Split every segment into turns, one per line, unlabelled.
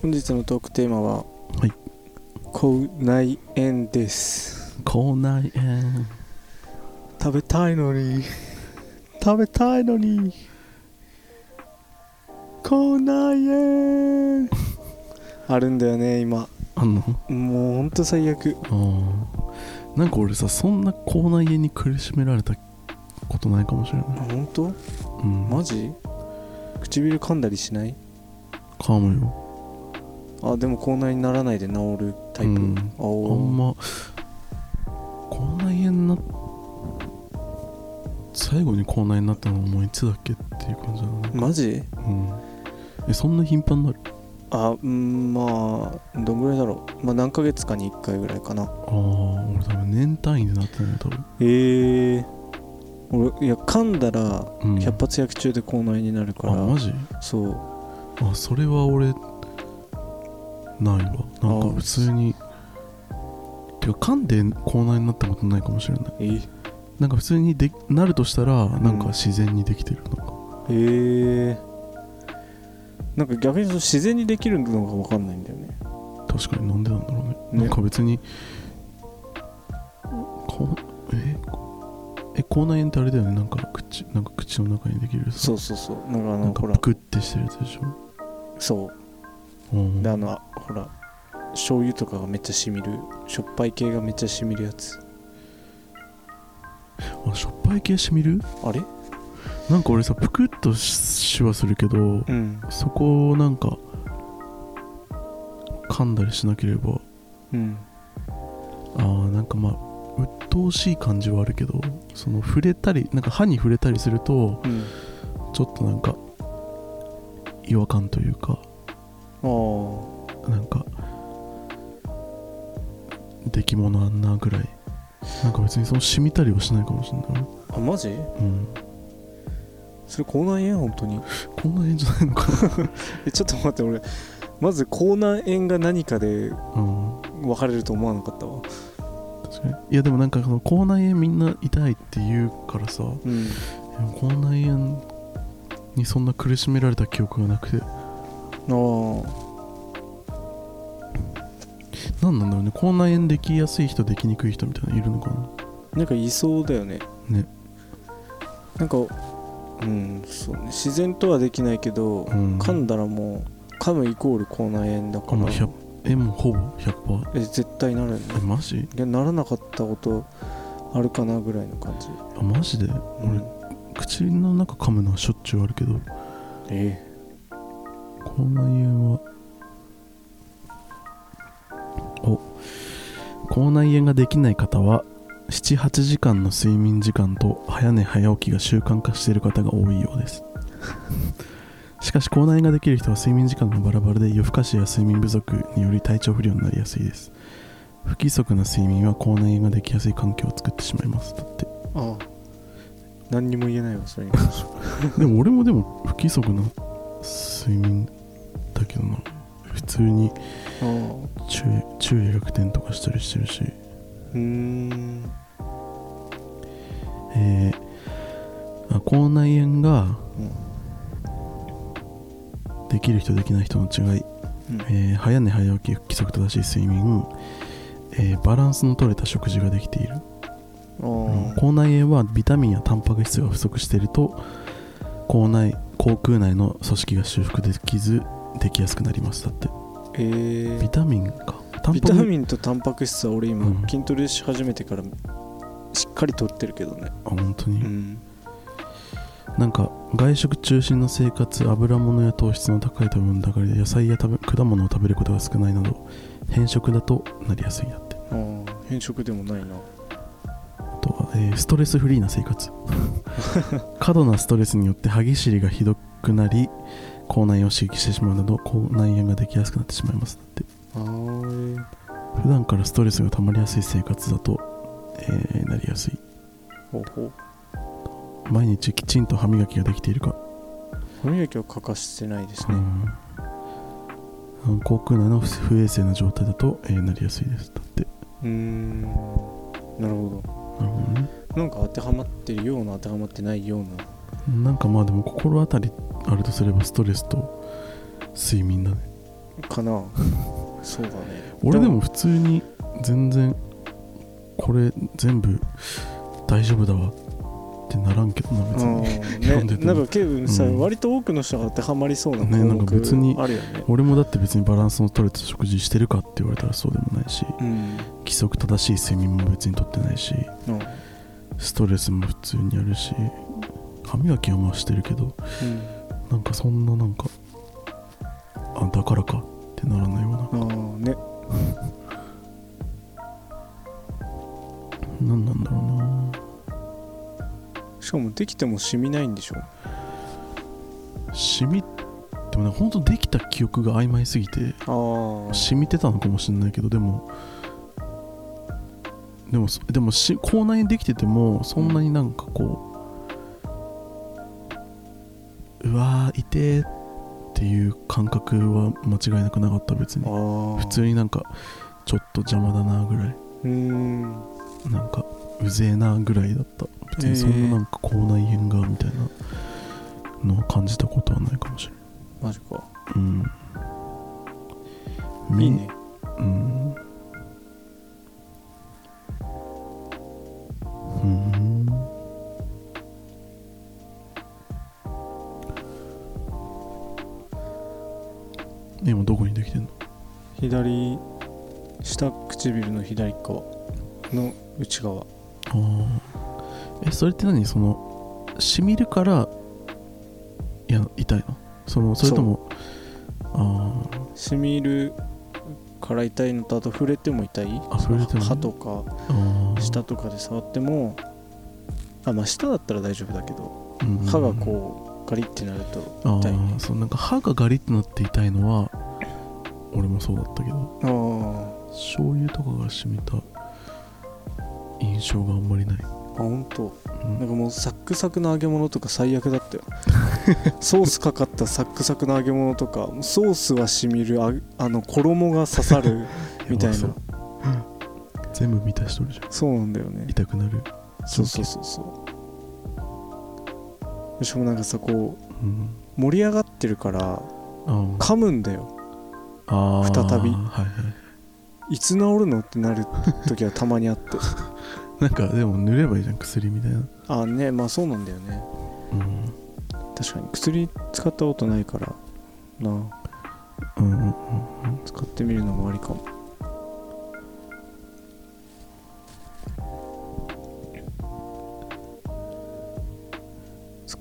本日のトークテーマは
はい
口内炎です
口内炎
食べたいのに食べたいのに口内炎あるんだよね今
あんの
もうほんと最悪
あーなんか俺さそんな口内炎に苦しめられたことないかもしれない、
あ本当
うん、
マジ唇噛んだりしない
かもよ
あでも口内にならないで治るタイプ、
うん
あ
あ
お
んま口内炎な最後に口内炎になったのもういつだっけっていう感じだな、
マジ
うん、えそんな頻繁になる
あうんまあどんぐらいだろうまあ何ヶ月かに1回ぐらいかな
ああ俺多分年単位でなってない多分、
えー、俺いや噛んだら
うん、
百発百中で口内になるから、
あマジ
そう
あそれは俺ないわなん
あ
か普通にてか噛んで口内になったことないかもしれない
えー
なんか普通にでなるとしたらなんか自然にできてるなんか、
えー、なんか逆にその自然にできるのが分かんないんだよね
確かになんでなんだろうね
ね
なんか別にこええ口内炎ってあれだよねなんか口なんか口の中にできる
そううそうそうなんかあ
な
の
んか
ほ
ぷ
ら
くってしてるやつでしょ
そう
うん
であのあほら醤油とかがめっちゃしみるしょっぱい系がめっちゃしみるやつ
あしょっぱい系しみる
あれ
なんか俺さぷくっとししはするけど、
うん
そこをなんか噛んだりしなければ
うん
あーなんかまあ鬱陶しい感じはあるけどその触れたりなんか歯に触れたりすると
うん
ちょっとなんか違和感というか
ああ
なんか出来物あんなぐらいなんか別にその染みたりはしないかもしれない
あマジ
うん
それ口内炎本当に
こんな変じゃないのか
えちょっと待って俺まず口内炎が何かで
なうん
分かれると思わなかったわ
確かにいやでもなんかその口内炎みんな痛いって言うからさ、
うん
でも口内炎にそんな苦しめられた記憶がなくて
ああ
何なんだろうね口内炎できやすい人できにくい人みたいなのいるのかな
なんかいそうだよね
ね
なんかうんそうね自然とはできないけど、
うん
噛んだらもう噛むイコール口内炎だ
あ
か
も
ら
う100えもうほぼ100%
え絶対なるよね
えマジ
いやならなかったことあるかなぐらいの感じ、
あマジで俺口の中噛むのはしょっちゅうあるけど
え
口内炎はお口内炎ができない方は78時間の睡眠時間と早寝早起きが習慣化している方が多いようです しかし口内炎ができる人は睡眠時間がバラバラで夜更かしや睡眠不足により体調不良になりやすいです不規則な睡眠は口内炎ができやすい環境を作ってしまいますだって
ああ何にも言えないわそれに関して は
でも俺もでも不規則な睡眠だけどな普通に
ああ
昼夜昼夜逆転とかしたりしてるし、
うーん
えーあ口内炎ができる人できない人の違い、
うん
えー早寝早起き不規則正しい睡眠、えーバランスの取れた食事ができている、
ああ、
うん口内炎はビタミンやタンパク質が不足していると口内口腔内の組織が修復できずできやすくなりますだって
えー
ビタミンかタン
ビ
パ
タ
ク
ミンとタンパク質は俺今、
うん
筋トレし始めてからしっかりとってるけどね
あ本当に、
うん
なんか外食中心の生活油物や糖質の高い食べ物だから野菜や食べ果物を食べることが少ないなど偏食だとなりやすいんだって
ああ変色でもないな
あとは、えーストレスフリーな生活過度なストレスによって歯ぎしりがひどくなり口内を刺激してしまうなど口内炎ができやすくなってしまいますだって
あー
普段からストレスが溜まりやすい生活だと、えーなりやすい
ほうほう
毎日きちんと歯磨きができているか、
歯磨きを欠かしてないです
う
ね、
んうん口腔内の不不衛生な状態だと、えーなりやすいですだって
うーんなるほ
なるほどね
どなんか当てはまってるような当てはまってないような
なんかまあでも心当たりあるとすればストレスと睡眠だね
かな そうだね
俺でも普通に全然これ全部大丈夫だわってならんけどな
あ
別に
ー
読ん
ね
でて
な
も
んかケイブさ、
うん
割と多くの人が当てはまりそうな項
ねなんか別に
目あるよね
俺もだって別にバランスの取れた食事してるかって言われたらそうでもないし
うん
規則正しい睡眠も別に取ってないし
うん
ストレスも普通にあるし歯磨きはまあしてるけどなんかそんななんかあだからかってならないような
うん、ああね
何なんだろうな
しかもできても染みないんでしょ
染みでもね本当できた記憶が曖昧すぎて
ああ
染みてたのかもしれないけどでもでもそでもし口内にできててもそんなになんかこう、うわーいてーっていう感覚は間違いなくなかった別に
ああ
普通になんかちょっと邪魔だなぐらいう
ーん
なんかうぜえなぐらいだった別にそんななんか口内炎がみたいなのは感じたことはないかもしれない
マジか
うん
いい
み
ね
うんうん今どこにできてんの
左下唇の左側の内側
ああえそれって何そのしみるからいや痛いのそのそれともあ
染みるから痛いのとあと触れても痛い
あ触れても
歯とか
ーあー
舌とかで触ってもあまあ舌だったら大丈夫だけど
うんうん
歯がこうガリってなると
あ
痛いね
あそうなんか歯がガリってなって痛いのは俺もそうだったけど
あー
醤油とかが染みた印象があんまりない、
あ本当
うん
なんかもうサックサクの揚げ物とか最悪だったよ ソースかかったサックサクの揚げ物とかソースは染みるああの衣が刺さるみたい
や
な
ばそう全部満たしとるじゃ
そうなんだよね
ん痛くなる、
そうそうそうそうしかもなんかさこう
うん、
盛り上がってるから
あ
噛むんだよ
あー
再び
はいはい
いつ治るのってなる時はたまにあ って
なんかでも塗ればいいじゃん薬みたいな、
ああねまあそうなんだよね
うん
確かに薬使ったことないからな
うんうんうん
使ってみるのもありかも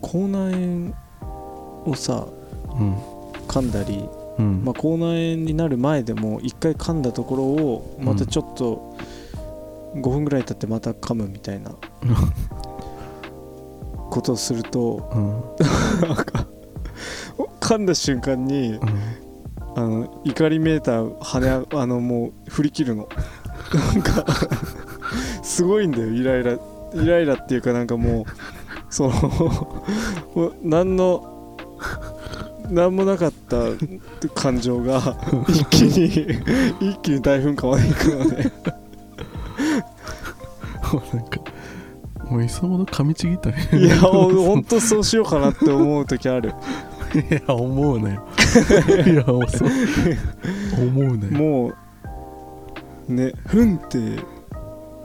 口内炎をさ
うん
噛んだり
うん
まあ、口内炎になる前でも1回噛んだところをまたちょっと5分ぐらい経ってまた噛むみたいなことをすると
うん
噛んだ瞬間に
うん
あの怒りメーター跳ねああのもう振り切るのなんかすごいんだよイライライライラっていうかなんかもうそのもう何の何もなかった感情が一気に一気に大噴火までいくので
なんかもういっそのこと噛みちぎったね
いやほんほんとそうしようかなって思う時ある
いや思うなよいやそう思うなよ
もうねふんって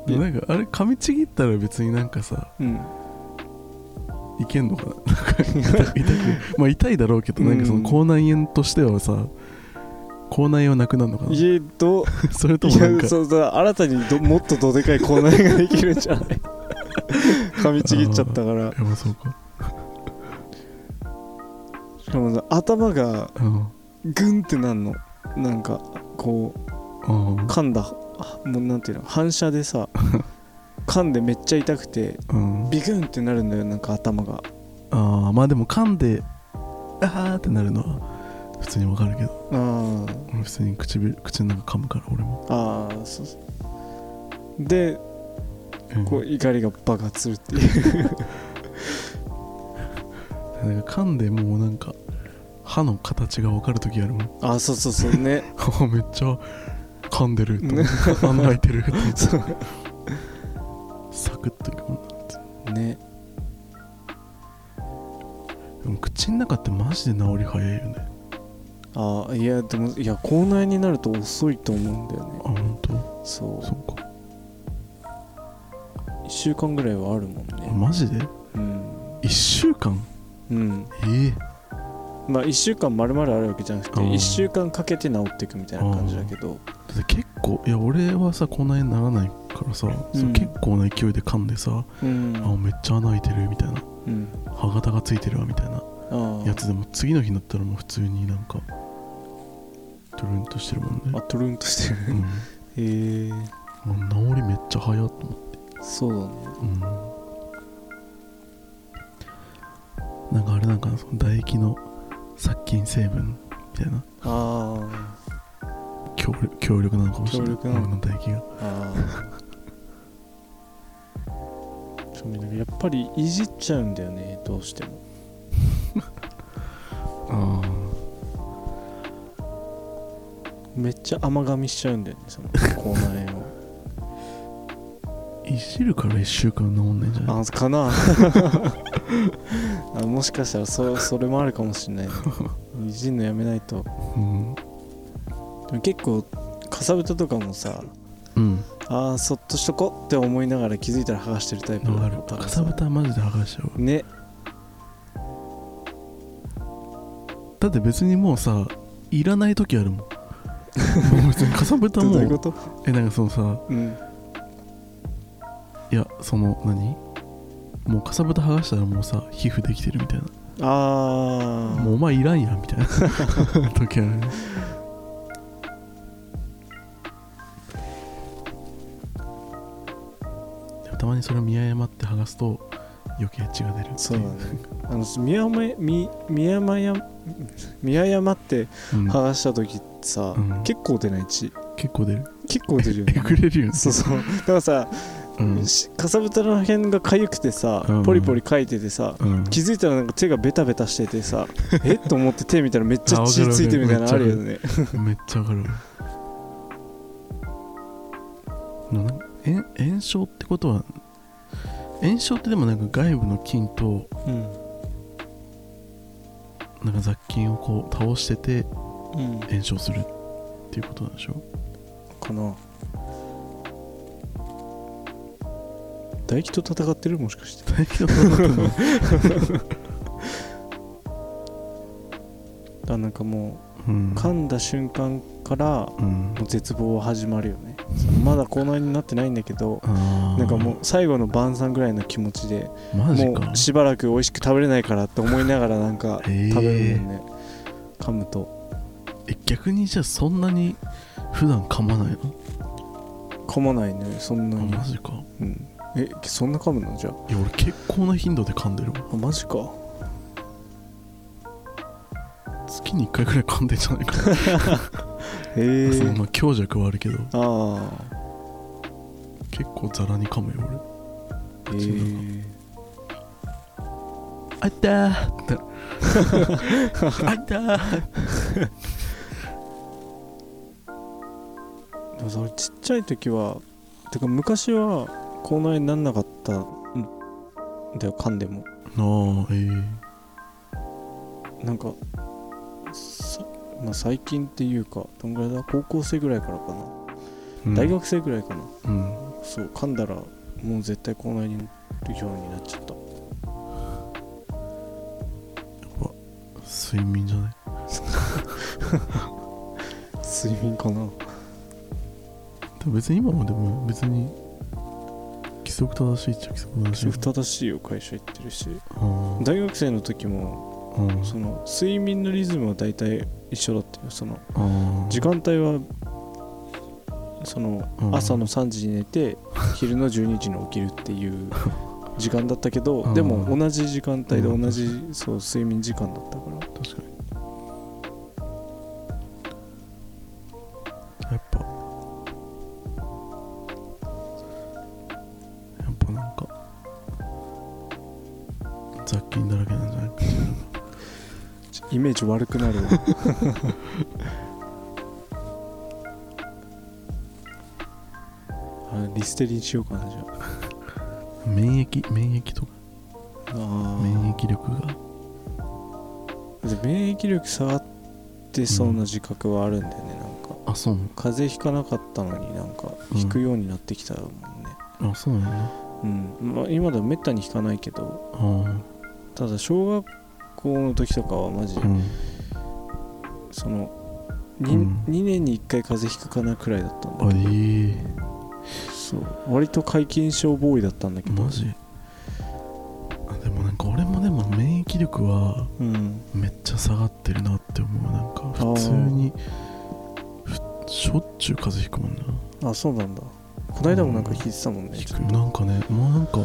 でもなんかあれ噛みちぎったら別になんかさ
うん
いけんのかななんか痛く痛くまあ痛いだろうけどなんかその口内炎としてはさ口内炎はなくなるのかな
家と
それとも
い
なんか
やそうだ新たにどもっとどでかい口内炎ができるんじゃない噛みちぎっちゃったから
やばそうか
しかもさ頭が
うん
グンってなんのなんかこう
うん
噛んだあもうなんていうの反射でさ噛んでめっちゃ痛くて
うん
ビクンってなるんだよなんか頭が
ああまあでも噛んであーってなるのは普通にわかるけど
あー
俺普通に唇口の中噛むから俺も、
あーそうそうで
うん
こう怒りが爆発するっていう
なんか噛んでもうなんか歯の形がわかる時あるもん
あーそうそうそうね
あめっちゃ噛んでると思って穴開いてると思って
そう
サクッといくもんな
ね
でも口の中ってマジで治り早いよね
ああいやでもいや口内になると遅いと思うんだよね
あ本当
そ
そっか
う1週間ぐらいはあるもんね
マジで
うん、
1週間
うん、
ええ
まあ1週間丸々あるわけじゃなくて
うん
1週間かけて治っていくみたいな感じだけど
だって結構いや俺はさこんなにならないからさ、
うん
その結構な勢いで噛んでさ、
うん
あめっちゃ穴開いてるみたいな
うん
歯型がついてるわみたいな
あ
やつでも次の日になったらもう普通になんかトゥルンとしてるもん
あ
ね、
トゥルンとしてる
うん
へえ
もう治りめっちゃ早っと思って
そうだね
うんなんかあれなんかなその唾液の殺菌成分みたいな
あー
強力強力なのかもしれな
強
い
力なの
俺の唾液が
あーそうなんかやっぱりいじっちゃうんだよねどうしても
あ
めっちゃ甘噛みしちゃうんだよねその口内炎を
あいじるから1週間治んないんじゃない
あかな あもしかしたらそそれもあるかもしれないねいじんのやめないと
うん
でも結構かさぶたとかもさ
うん
あーそっとしとこって思いながら気づいたら剥がしてるタイプだ
のがあ
っ
る
たから
かさぶたはマジで剥がしちゃうわ
ね
だって別にもうさいらない時あ るもんもう別にかさぶた
ど
も
ういうこと
えなんかそのさ
うん
いやその何もうかさぶた剥がしたらもうさ皮膚できてるみたい
ああ
なもうお前いらんやんみたいな 時あるねでもたまにそれを見誤って剥がすと余計血が出るってい
そうだねあの見誤え見見誤や見誤って
うん
剥がした時ってさ、
うん
結構出ない血
結構出る
結構出るよ
え
ね
ぐれるよね
そうそうだからさ、
うん
しかさぶたの辺が痒くてさ、
うん
ポリポリかいててさ
うん
気づいたらなんか手がベタベタしてて さえっと思って手見たらめっちゃ
あわか
血
るわかる
ついてるみたいなのあるよね
めっちゃわかるわななんかえん炎症ってことは炎症ってでもなんか外部の菌と
うん
なんか雑菌をこう倒してて
うん
炎症するっていうことなん でしょ
かな唾液と戦ってるもしかして
唾液のことだと思う
あなんかも
うん
う噛んだ瞬間からも
うん
う絶望は始まるよねまだ口内になってないんだけど
あー
なんかもう最後の晩餐ぐらいの気持ちで
マジ
も
か
うしばらく美味しく食べれないからって思いながらなんか
へー
食べるもんね噛むと
え逆にじゃあそんなに普段噛まないの、
噛まないねそんな
あ
に、
マジか
う
い
ん、えそんな噛むのじゃあ
や俺結構な頻度で噛んでるわ
あマジか
月に1回くらい噛んでんじゃないかな、
へえ
その まあ強弱はあるけど
ああ
結構ザラに噛むよ俺
へ
そうな
え
んあ ったーってあったー
でもそのちっちゃい時はてか昔は口内炎になんなかったんだよ噛んでも
ああええ
なんかさまあ最近っていうかどんぐらいだ高校生ぐらいからかな、
うん
大学生ぐらいかな
うん
そう噛んだらもう絶対口内になるようになっちゃった
睡眠じゃない
睡眠かな
でも別に今もでも別に規則正しいっちゃ規則正しい
それ正しいよ会社行ってるし
あー
大学生の時も
うん
その睡眠のリズムは大体一緒だったよその
あー
時間帯はその
うん
朝の3時に寝て昼の12時に起きるっていう時間だったけど
うん
でも同じ時間帯で
うん
同じそう睡眠時間だったから
確かにやっぱやっぱなんか雑菌だらけなんじゃないか
イメージ悪くなる あリステリンしようかなじゃあ
免疫免疫とか
あー
免疫力が
で免疫力下がってそうな自覚はあるんだよね、なんか
あそうな
風邪ひかなかったのになんか
うん
引くようになってきたもんね、
のあそうなのね
うんまあ、今ではめったに引かないけど
あ
ただ小学校の時とかはマジ、
あうん
その 2,、
うん
二年に1回風邪ひくかなくらいだったんだ
あいい
そう割と皆勤症ボーイだったんだけど
マジあでもなんか俺もでも免疫力は
うん
めっちゃ下がってるなって思うなんか
ー
普通にふしょっちゅう風邪ひくもんな
あそうなんだこないだもなんか引いてたもんね、
ひくなんかねもうなんか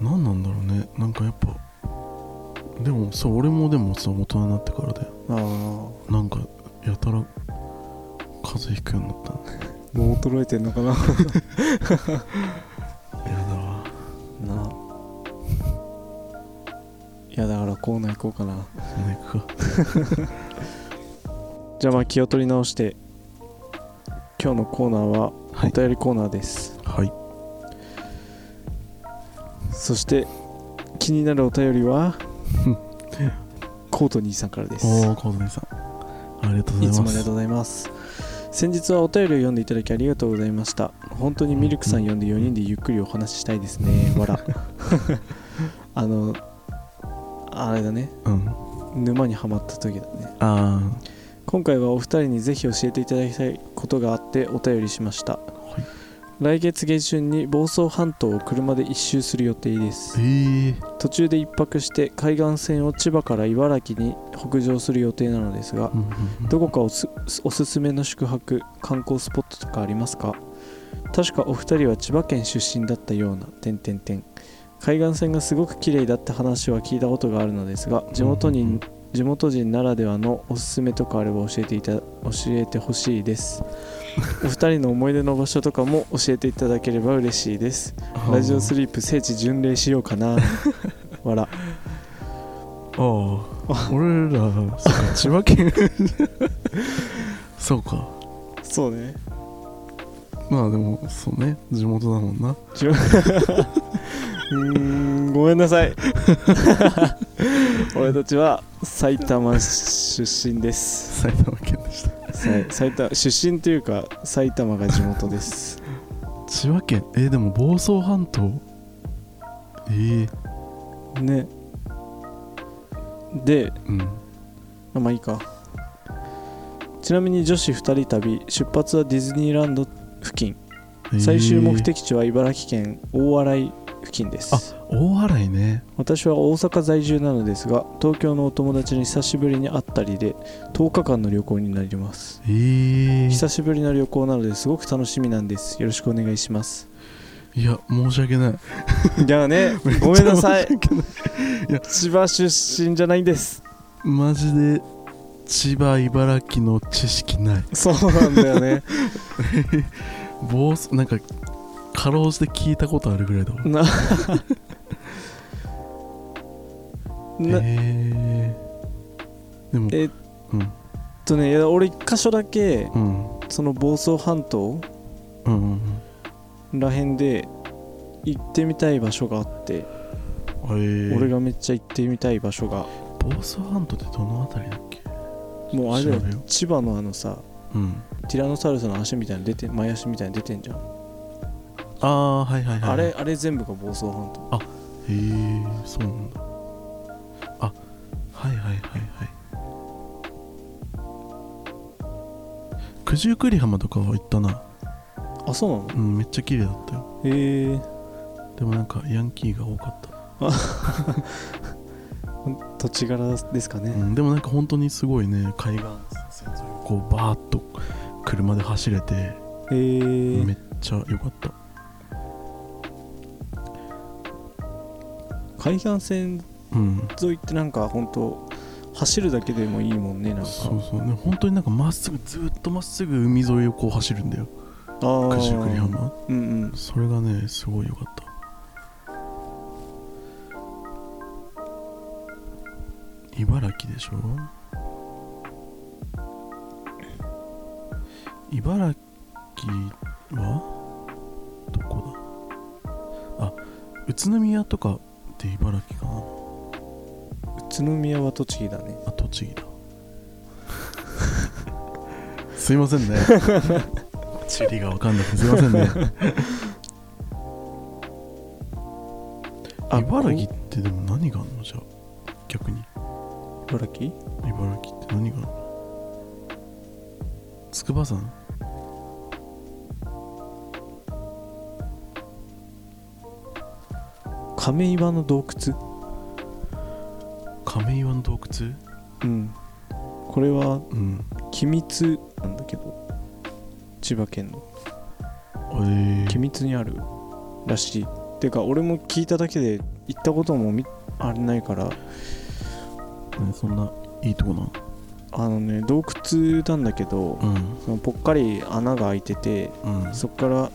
何なんだろうねなんかやっぱでもそう俺もでもさ大人になってからだよ
ああも
なんかやたら風邪ひくようになったの
う衰えてんのかな
やだわ
なあいやだからコーナー行こうかな
そんな行くか
じゃあまあ気を取り直して今日のコーナーは
はい
お便りコーナーです、
はい
そして気になるお便りはコートニーさんからです
おお小泉さんありがとうござ
い
い
つもあ
ま
りが
す
とうございます先日はお便りを読んでいただきありがとうございました本当にミルクさん呼んで4人でゆっくりお話ししたいですねわ らあのあれだね
うん
沼にはまった時だね
あ
今回はお二人にぜひ教えていただきたいことがあってお便りしました、来月下旬に房総半島を車で一周する予定です
ーええ
途中で一泊して海岸線を千葉から茨城に北上する予定なのですが
うんうんうん
どこかおすおすすめの宿泊観光スポットとかありますか確かお二人は千葉県出身だったような点々点海岸線がすごく綺麗だって話は聞いたことがあるのですが地元に、
うんうん
地元人ならではのおすすめとかあれば教えていた教えてほしいです お二人の思い出の場所とかも教えていただければ嬉しいですラジオスリープ聖地巡礼しようかな笑
ああ俺らそう か千葉県 そうか
そうね
まあでもそうね地元だもんな
ち ゅうーんごめんなさい 俺たちは埼玉出身です
埼玉県でした
さい埼玉出身というか埼玉が地元です
千葉県えー、でも房総半島ええ
ねで
うん
あまあいいかちなみに女子2人旅出発はディズニーランド付近
えー
最終目的地は茨城県大洗付近です
あ大洗ね
私は大阪在住なのですが東京のお友達に久しぶりに会ったりで10日間の旅行になります
ええ
久しぶりの旅行なのですごく楽しみなんですよろしくお願いします
いや申し訳ない
じゃあね ごめんなさい
めっ ちゃ申し訳な
千葉出身じゃないんです
いマジで千葉茨城の知識ない
そうなんだよね
房総なんかかろうじて聞いたことあるぐらいだわ
ななえ
えー、でも
えっ
うん
とねいや俺1箇所だけ
うん
その房総半島
うんうん
らへんで行ってみたい場所があって、
うん、えー、
俺がめっちゃ行ってみたい場所が
房総半島ってどの辺りだっけ
もうあれだよ
調べよ
千葉のあのさ
う、うん、
ティラノサウルスの足みたいなの出て前足みたいなの出てんじゃん
ああはいはいはい
あれあれ全部が房総半島
へえそうなんだあはいはいはいはい九十九里浜とかは行ったな
あそうなの
うんめっちゃ綺麗だったよ
へえ
でもなんかヤンキーが多かった、
土地柄ですか
う
ね、
ん、でもなんか本当にすごいね海岸線沿いをこうバーッと車で走れて
えー
めっちゃ良かった
海岸線
うん
沿いってなんか本当走るだけでもいいもんねなんか
そうそうね本当になんかまっすぐずっとまっすぐ海沿いをこう走るんだよ
ああ
九十九里浜
うんうん
それがねすごい良かった茨城でしょ茨城はどこだあ宇都宮とかって茨城かな
宇都宮は栃木だね
あ栃木だ すいませんね地理が分かんなくてすいませんね
あ
茨城
こ
ってでも何があるのじゃあ逆に
う茨城
茨城って何があるの筑波山
亀岩の洞窟
亀岩の洞窟
うんこれは
うん
君津なんだけど千葉県の
えー、
君津にあるらしいてか俺も聞いただけで行ったこともみあれないから
ねそんないいとこな
あのね洞窟なんだけど
うん
そのぽっかり穴が開いてて
うん
そこから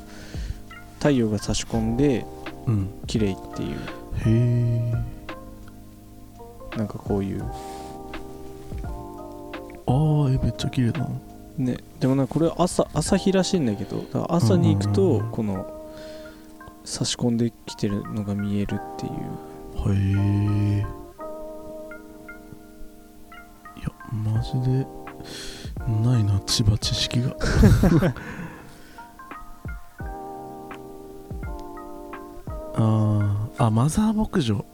太陽が差し込んで
うん
綺麗っていう
へえ
なんかこういう
あーえめっちゃ綺麗だな
ねでもなんかこれ朝朝日らしいんだけどだから朝に行く
うんう
と
んうん
この差し込んできてるのが見えるっていう
へえいやマジでないな千葉知識 があーあマザー牧場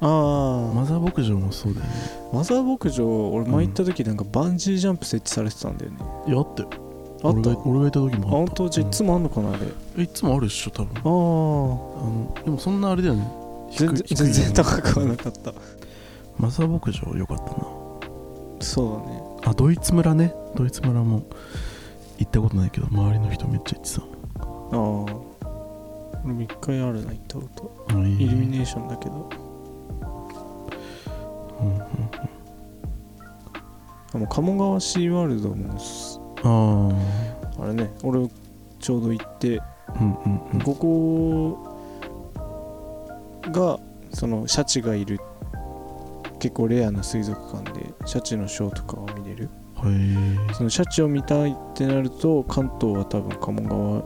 ああ
マザー牧場もそうだよね
マザー牧場俺前行った時なんかバンジージャンプ設置されてたんだよね、
いやあって
あっ
俺
た
が
あ
俺がいた時もあ
本
った
当じゃあいつもあんのかなあれ、
えいつもあるっしょ多分あ
あ
のでもそんなあれだよね
あ全然
低い
全
低
然
い
高くはなかった
マザー牧場よかったな
そうだね
あドイツ村ねドイツ村も行ったことないけど周りの人めっちゃ行ってた
ああ俺も一回あるな行ったこと
あいいね
イルミネーションだけど
うんうん
あもう鴨川シーワールドもす
あ
あれね俺ちょうど行って、
あうんうんうん
ここがそのシャチがいる結構レアな水族館でシャチのショーとかを見れる
はい
そのシャチを見たいってなると関東は多分鴨川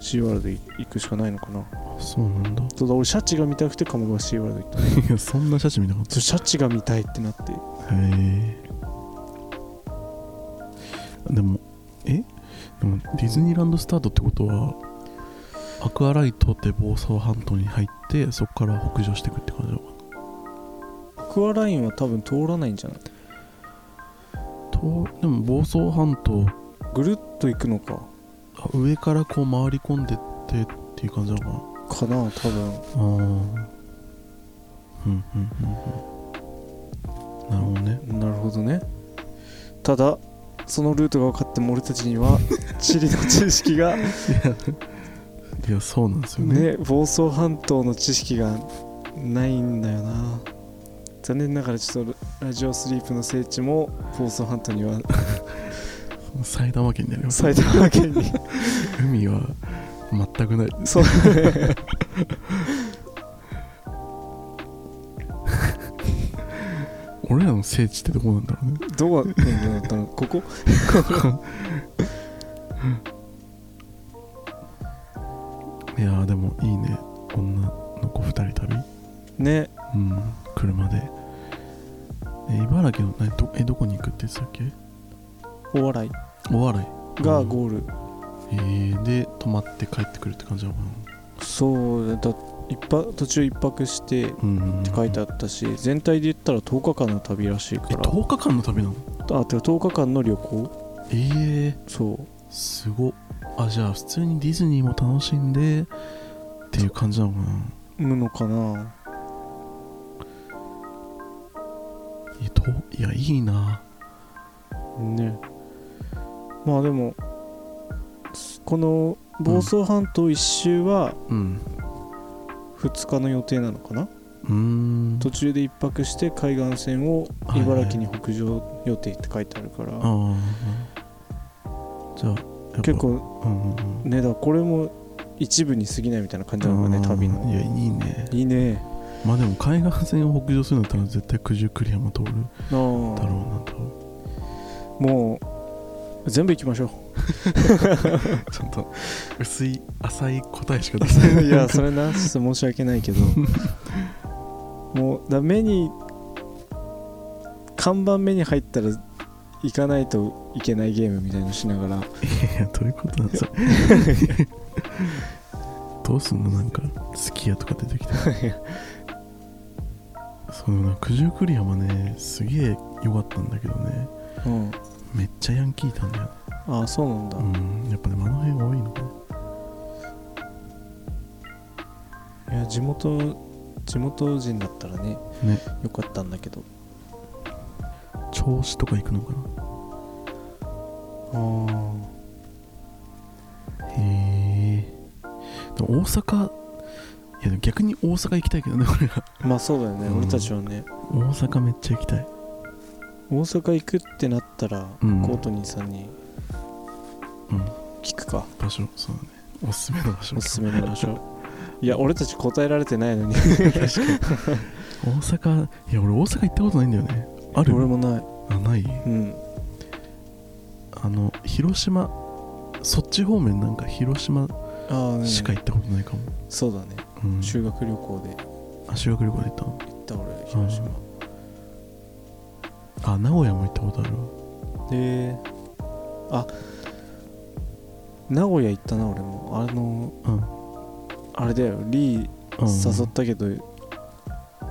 シーワールド行くしかないのかな
そうなんだ
そうだ俺シャチが見たくて鴨川シーワールド行った
いやそんな写真見なかっ
そうシャチが見たいってなって
たへえでもえでもディズニーランドスタートってことはアクアライトって房総半島に入ってそこから北上していくって感じだ
アクアラインは多分通らないんじゃない
とでも房総半島
ぐるっと行くのか
あ上からこう回り込んでってっていう感じなの
か
かな
な多分
ああうんうんうんうんなるほどね
なるほどねただそのルートが分かっても俺たちには地理の知識が
いや そうなんですよね
ね房総半島の知識がないんだよな残念ながらちょっとラジオスリープの聖地も房総半島には
埼玉県になります
埼玉県に
海は全くない
そう
俺らの聖地ってどこなんだろうね
どこが県になったのここ
いやーでもいいね女の子2人旅
ね
うん車でえ茨城の何どえどこに行くって言ってたっけ
お笑
お笑
いがゴール、
い、えー、で泊まって帰ってくるって感じなのかな
そうだ一泊途中一泊してっ
うんうんうん
て書いてあったし全体で言ったら10日間の旅らしいか
え
ら
10日間の旅なの
あてか10日間の旅行
えー、
そう
すごっあじゃあ普通にディズニーも楽しんでっていう感じなのかな
むのかない
やといやいいな
ねまあでもそこの房総半島一周は
うん
2日の予定なのかな、
うーん
途中で1泊して海岸線を茨城に北上予定って書いてあるから、
ああじゃあやっぱ
結構
うんうんうん
ねだからこれも一部に過ぎないみたいな感じなのかね
うん
旅の
いやいいね
いいね
まあでも海岸線を北上するんだったら絶対九十九里山通
あ
る
あ
だろうなと
もう全部行きましょ
ちょっと薄い浅い答えしか出
う
せ
いやそれなちょっと申し訳ない けどもうだから目に看板目に入ったら行かないといけないゲームみたいのしながら
いやどういうことなんそれどうすんのなんかすき家とか出てきたそのな九十九里山ねすげえ良かったんだけどね
うん
めっちゃヤンキーいたんだよ、
ああそうなんだ、
うんやっぱでもあの辺多いのかない
や地元地元人だったらね
ね
よかったんだけど
銚子とか行くのか
あ
なへえでも大阪いやでも逆に大阪行きたいけどね俺が
あまあそうだよね、
うん
俺たちはね
大阪めっちゃ行きたい
大阪行くってなったら、
うん
コートニーさんに
うん
聞くか
場所そうだねおすすめの場所
おすすめの場所 いや俺たち答えられてないのに
大阪いや俺大阪行ったことないんだよねある
俺もない
あない
うん
あの広島そっち方面なんか広島
ああ
しか行ったことないかも、
そうだね
うん、
修学旅行で
あ修学旅行で行ったの
行った俺広島
あ名古屋も行ったことあるわ
であ名古屋行ったな俺もあのあれだよリー
うん、うん、
誘ったけど、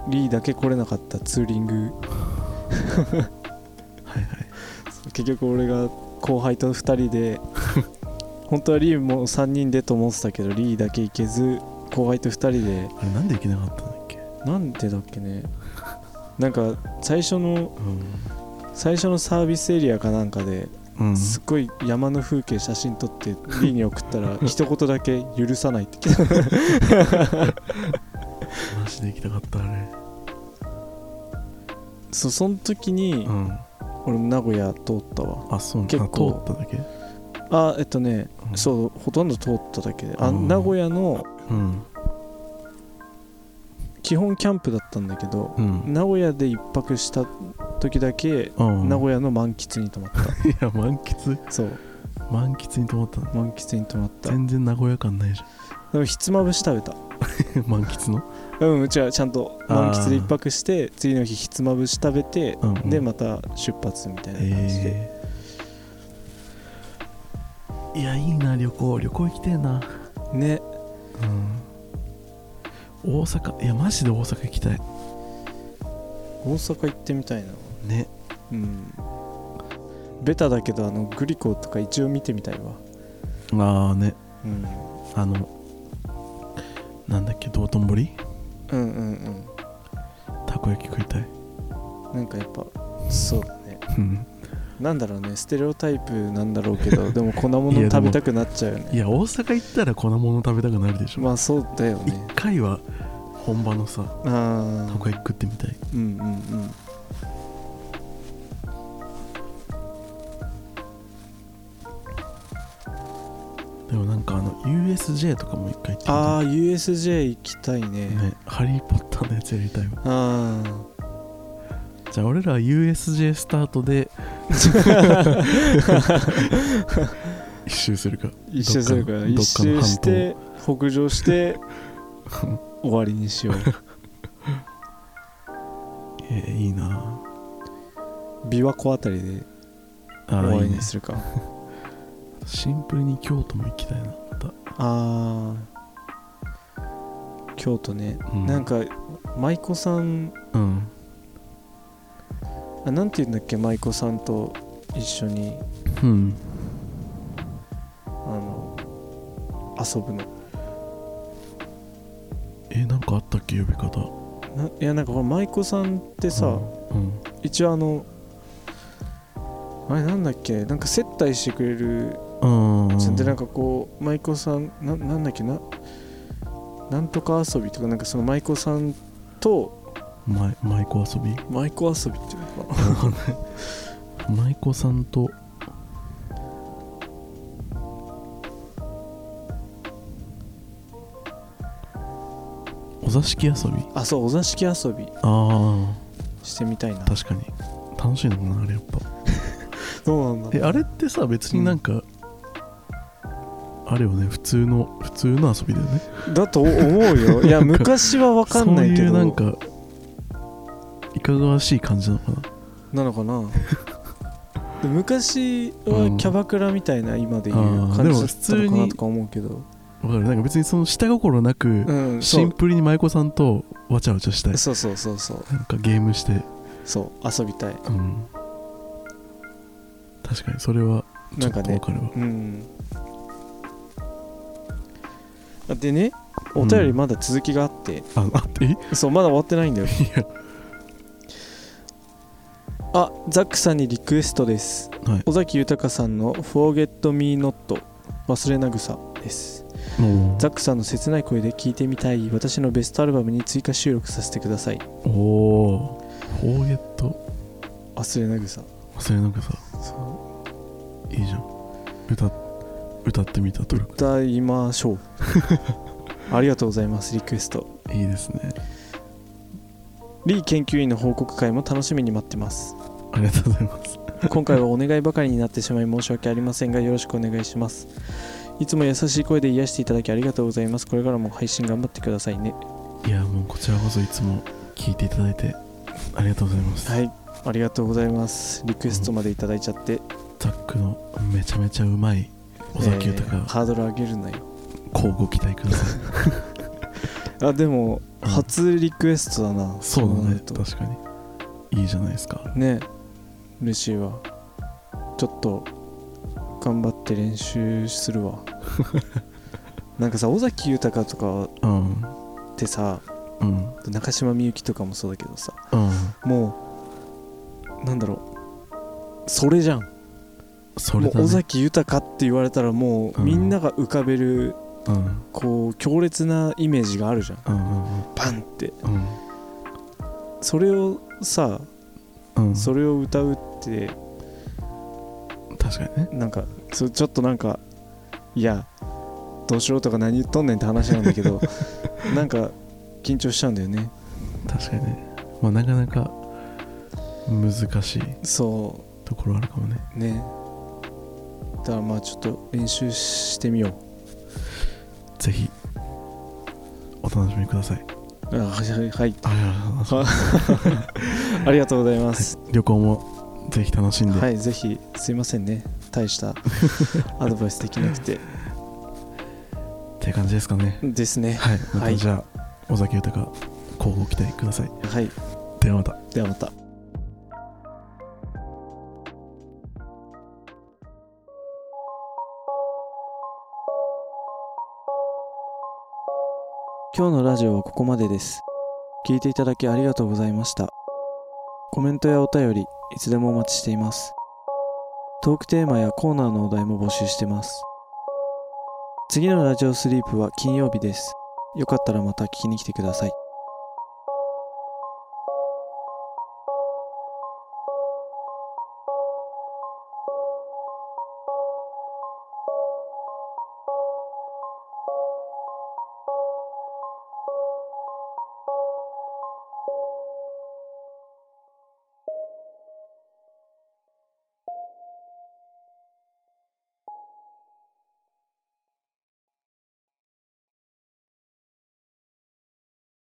リーだけ来れなかったツーリング
はいはい
結局俺が後輩と2人 で本当はリーも3人でと思ってたけどリーだけ行けず後輩と2人で
あれなんで行けなかったんだっけ
なんでだっけねなんか最初の
う
最初のサービスエリアかなんかで
ん、うん、
すっごい山の風景写真撮ってリーに送った ら一言だけ「許さない」って来た
マジで行きたかったあれ
そその時に
うん
俺も名古屋通ったわ
あそう
結構
あ通っただけ、
あえっとね
うん、
そうほとんど通っただけであ
うん
名古屋の
うん
基本キャンプだったんだけど
うん
名古屋で一泊した時だけ
うん
名古屋の満喫に泊まっ
屋いや満喫
たそう
満喫にと思ったの
満喫に泊まったで
全然名古屋感ないじ
もひつまぶし食べた
ゃん 満喫の
うんうちはちゃんと
あー
満喫で一泊して次の日ひつまぶし食べて
うんうん
でまた出発みたいな感じで、
えーいやいいな旅行旅行行きてえな
ね
うん大阪いやマジで大阪行きたい
大阪行ってみたいな
ね
うんベタだけどあのグリコとか一応見てみたいわ
ああね
うん
あのなんだっけ道頓堀
うんうん
たこ焼き食いたい
うんなんかやっぱそうだね
うん
なんだろうねステレオタイプなんだろうけ どでも粉物食べたくなっちゃうよね
いや大阪行ったら粉物食べたくなるでしょ、
まあそうだよね
一回は本場のさ
あ
た
あ
こ焼き食ってみたい
うんうんうん
でもなんかあの USJ とかも一回行ってみたい
ああ USJ 行きたいね
ねハリー・ポッターのやつやりたいわ
あ
じゃあ俺らは USJ スタートで一周するか
ー一周するから
どっかの
一周して北上して 終わりにしよう
えーいいな
琵琶湖あたりで
あ
終わ
あい
り
いね
にするか
シンプルに京都も行きたいなまた、
ああ京都ね
う
なんか舞妓さん
うん
あなんて言うんだっけ舞妓さんと一緒に
うん
あの遊ぶの
えーなんかあったっけ呼び方
ないやなんかほら舞妓さんってさ、
うん
一応あのあれなんだっけなんか接待してくれる
うんうんうん
でなんかこう舞妓さんななんだっけななんとか遊びとかなんかその舞妓さんと
まい舞妓遊び
舞妓遊びっていうの かな
わかんない舞妓さんとお座敷遊び
あそうお座敷遊び
ああ
してみたいな
確かに楽しいのかなあれやっぱ
そうなんだ
えあれってさ別になんか、あれよね普通の普通の遊びだよね
だと思うよいや
なんか
昔は分かんないけど
そういうなんかいかがわしい感じなのか
な
な
のかなで昔はキャバクラみたいな今でいう
あー
感じ
で
だ
も
っ
普
た
通
のかな
に
とか思うけど
わかるなんか別にその下心なく、
うん
シ
そ
ン
う
プルに舞妓さんとわちゃわちゃしたい
そうそうそうそう
なんかゲームして
そう遊びたい
うん確かにそれはち
な
ょ
ん
っ
か
とわ
ね
かるわ
うんあでねお便りまだ続きがあって、
ああえい
そうまだ終わってないんだよ
や
あザックさんにリクエストです
はい
尾崎豊さんの「Forget Me Not 忘れな草」です
も
ザックさんの切ない声で聞いてみたい私のベストアルバムに追加収録させてくださいう
おおフォーゲット
忘れな草
それなんかさいいじゃん歌歌ってみたとか
歌いまし ょうありがとうございますリクエスト
いいですね
リー研究員の報告会も楽しみに待ってます
ありがとうございます
今回はお願いばかりになってしまい申し訳ありませんがよろしくお願いしますいつも優しい声で癒していただきありがとうございますこれからも配信頑張ってくださいね
いやもうこちらこそいつも聞いていただいてありがとうございます、
はいありがとうございますリクエストまでいただいちゃって、
ザックのめちゃめちゃうまい尾崎豊、
えーハードル上げるなよ
乞うご期待く ださい
あでも
うん
初リクエストだな、
そうだ
な
ね
ると
確かにいいじゃないですか
ね嬉しいわちょっと頑張って練習する わなんかさ尾崎豊とか
うん
ってさ
うん
中島みゆきとかもそうだけどさ
うん
もうなんだろうそれじゃん、
それ
も
だ、
う
ね、
尾崎豊って言われたらもう、
うん
みんなが浮かべる
うんうん
こう強烈なイメージがあるじゃん
うん
バンって
うん
それをさ
うん
それを歌うって
確かにね
なんかそちょっとなんかいやどうしようとか何言っとんねんって話なんだけ どなんか緊張しちゃうんだよね
確かにねまあなかなか難しい
そ
ところあるかもね
うねだからまあちょっと練習してみよ
ぜひお楽しみくださいう
あはいはいはい
ありがとうございます
ありがとうございます
旅行もぜひ楽しんで、
はい、ぜひすいませんね大したアドバイスできなくて
って感じですかね
ですね
はい
は
また
い
じゃあ尾崎豊乞うご期待ください
はい
ではまた
ではまた今日のラジオはここまでです聞いていただきありがとうございましたコメントやお便りいつでもお待ちしていますトークテーマやコーナーのお題も募集してます次のラジオスリープは金曜日ですよかったらまた聞きに来てください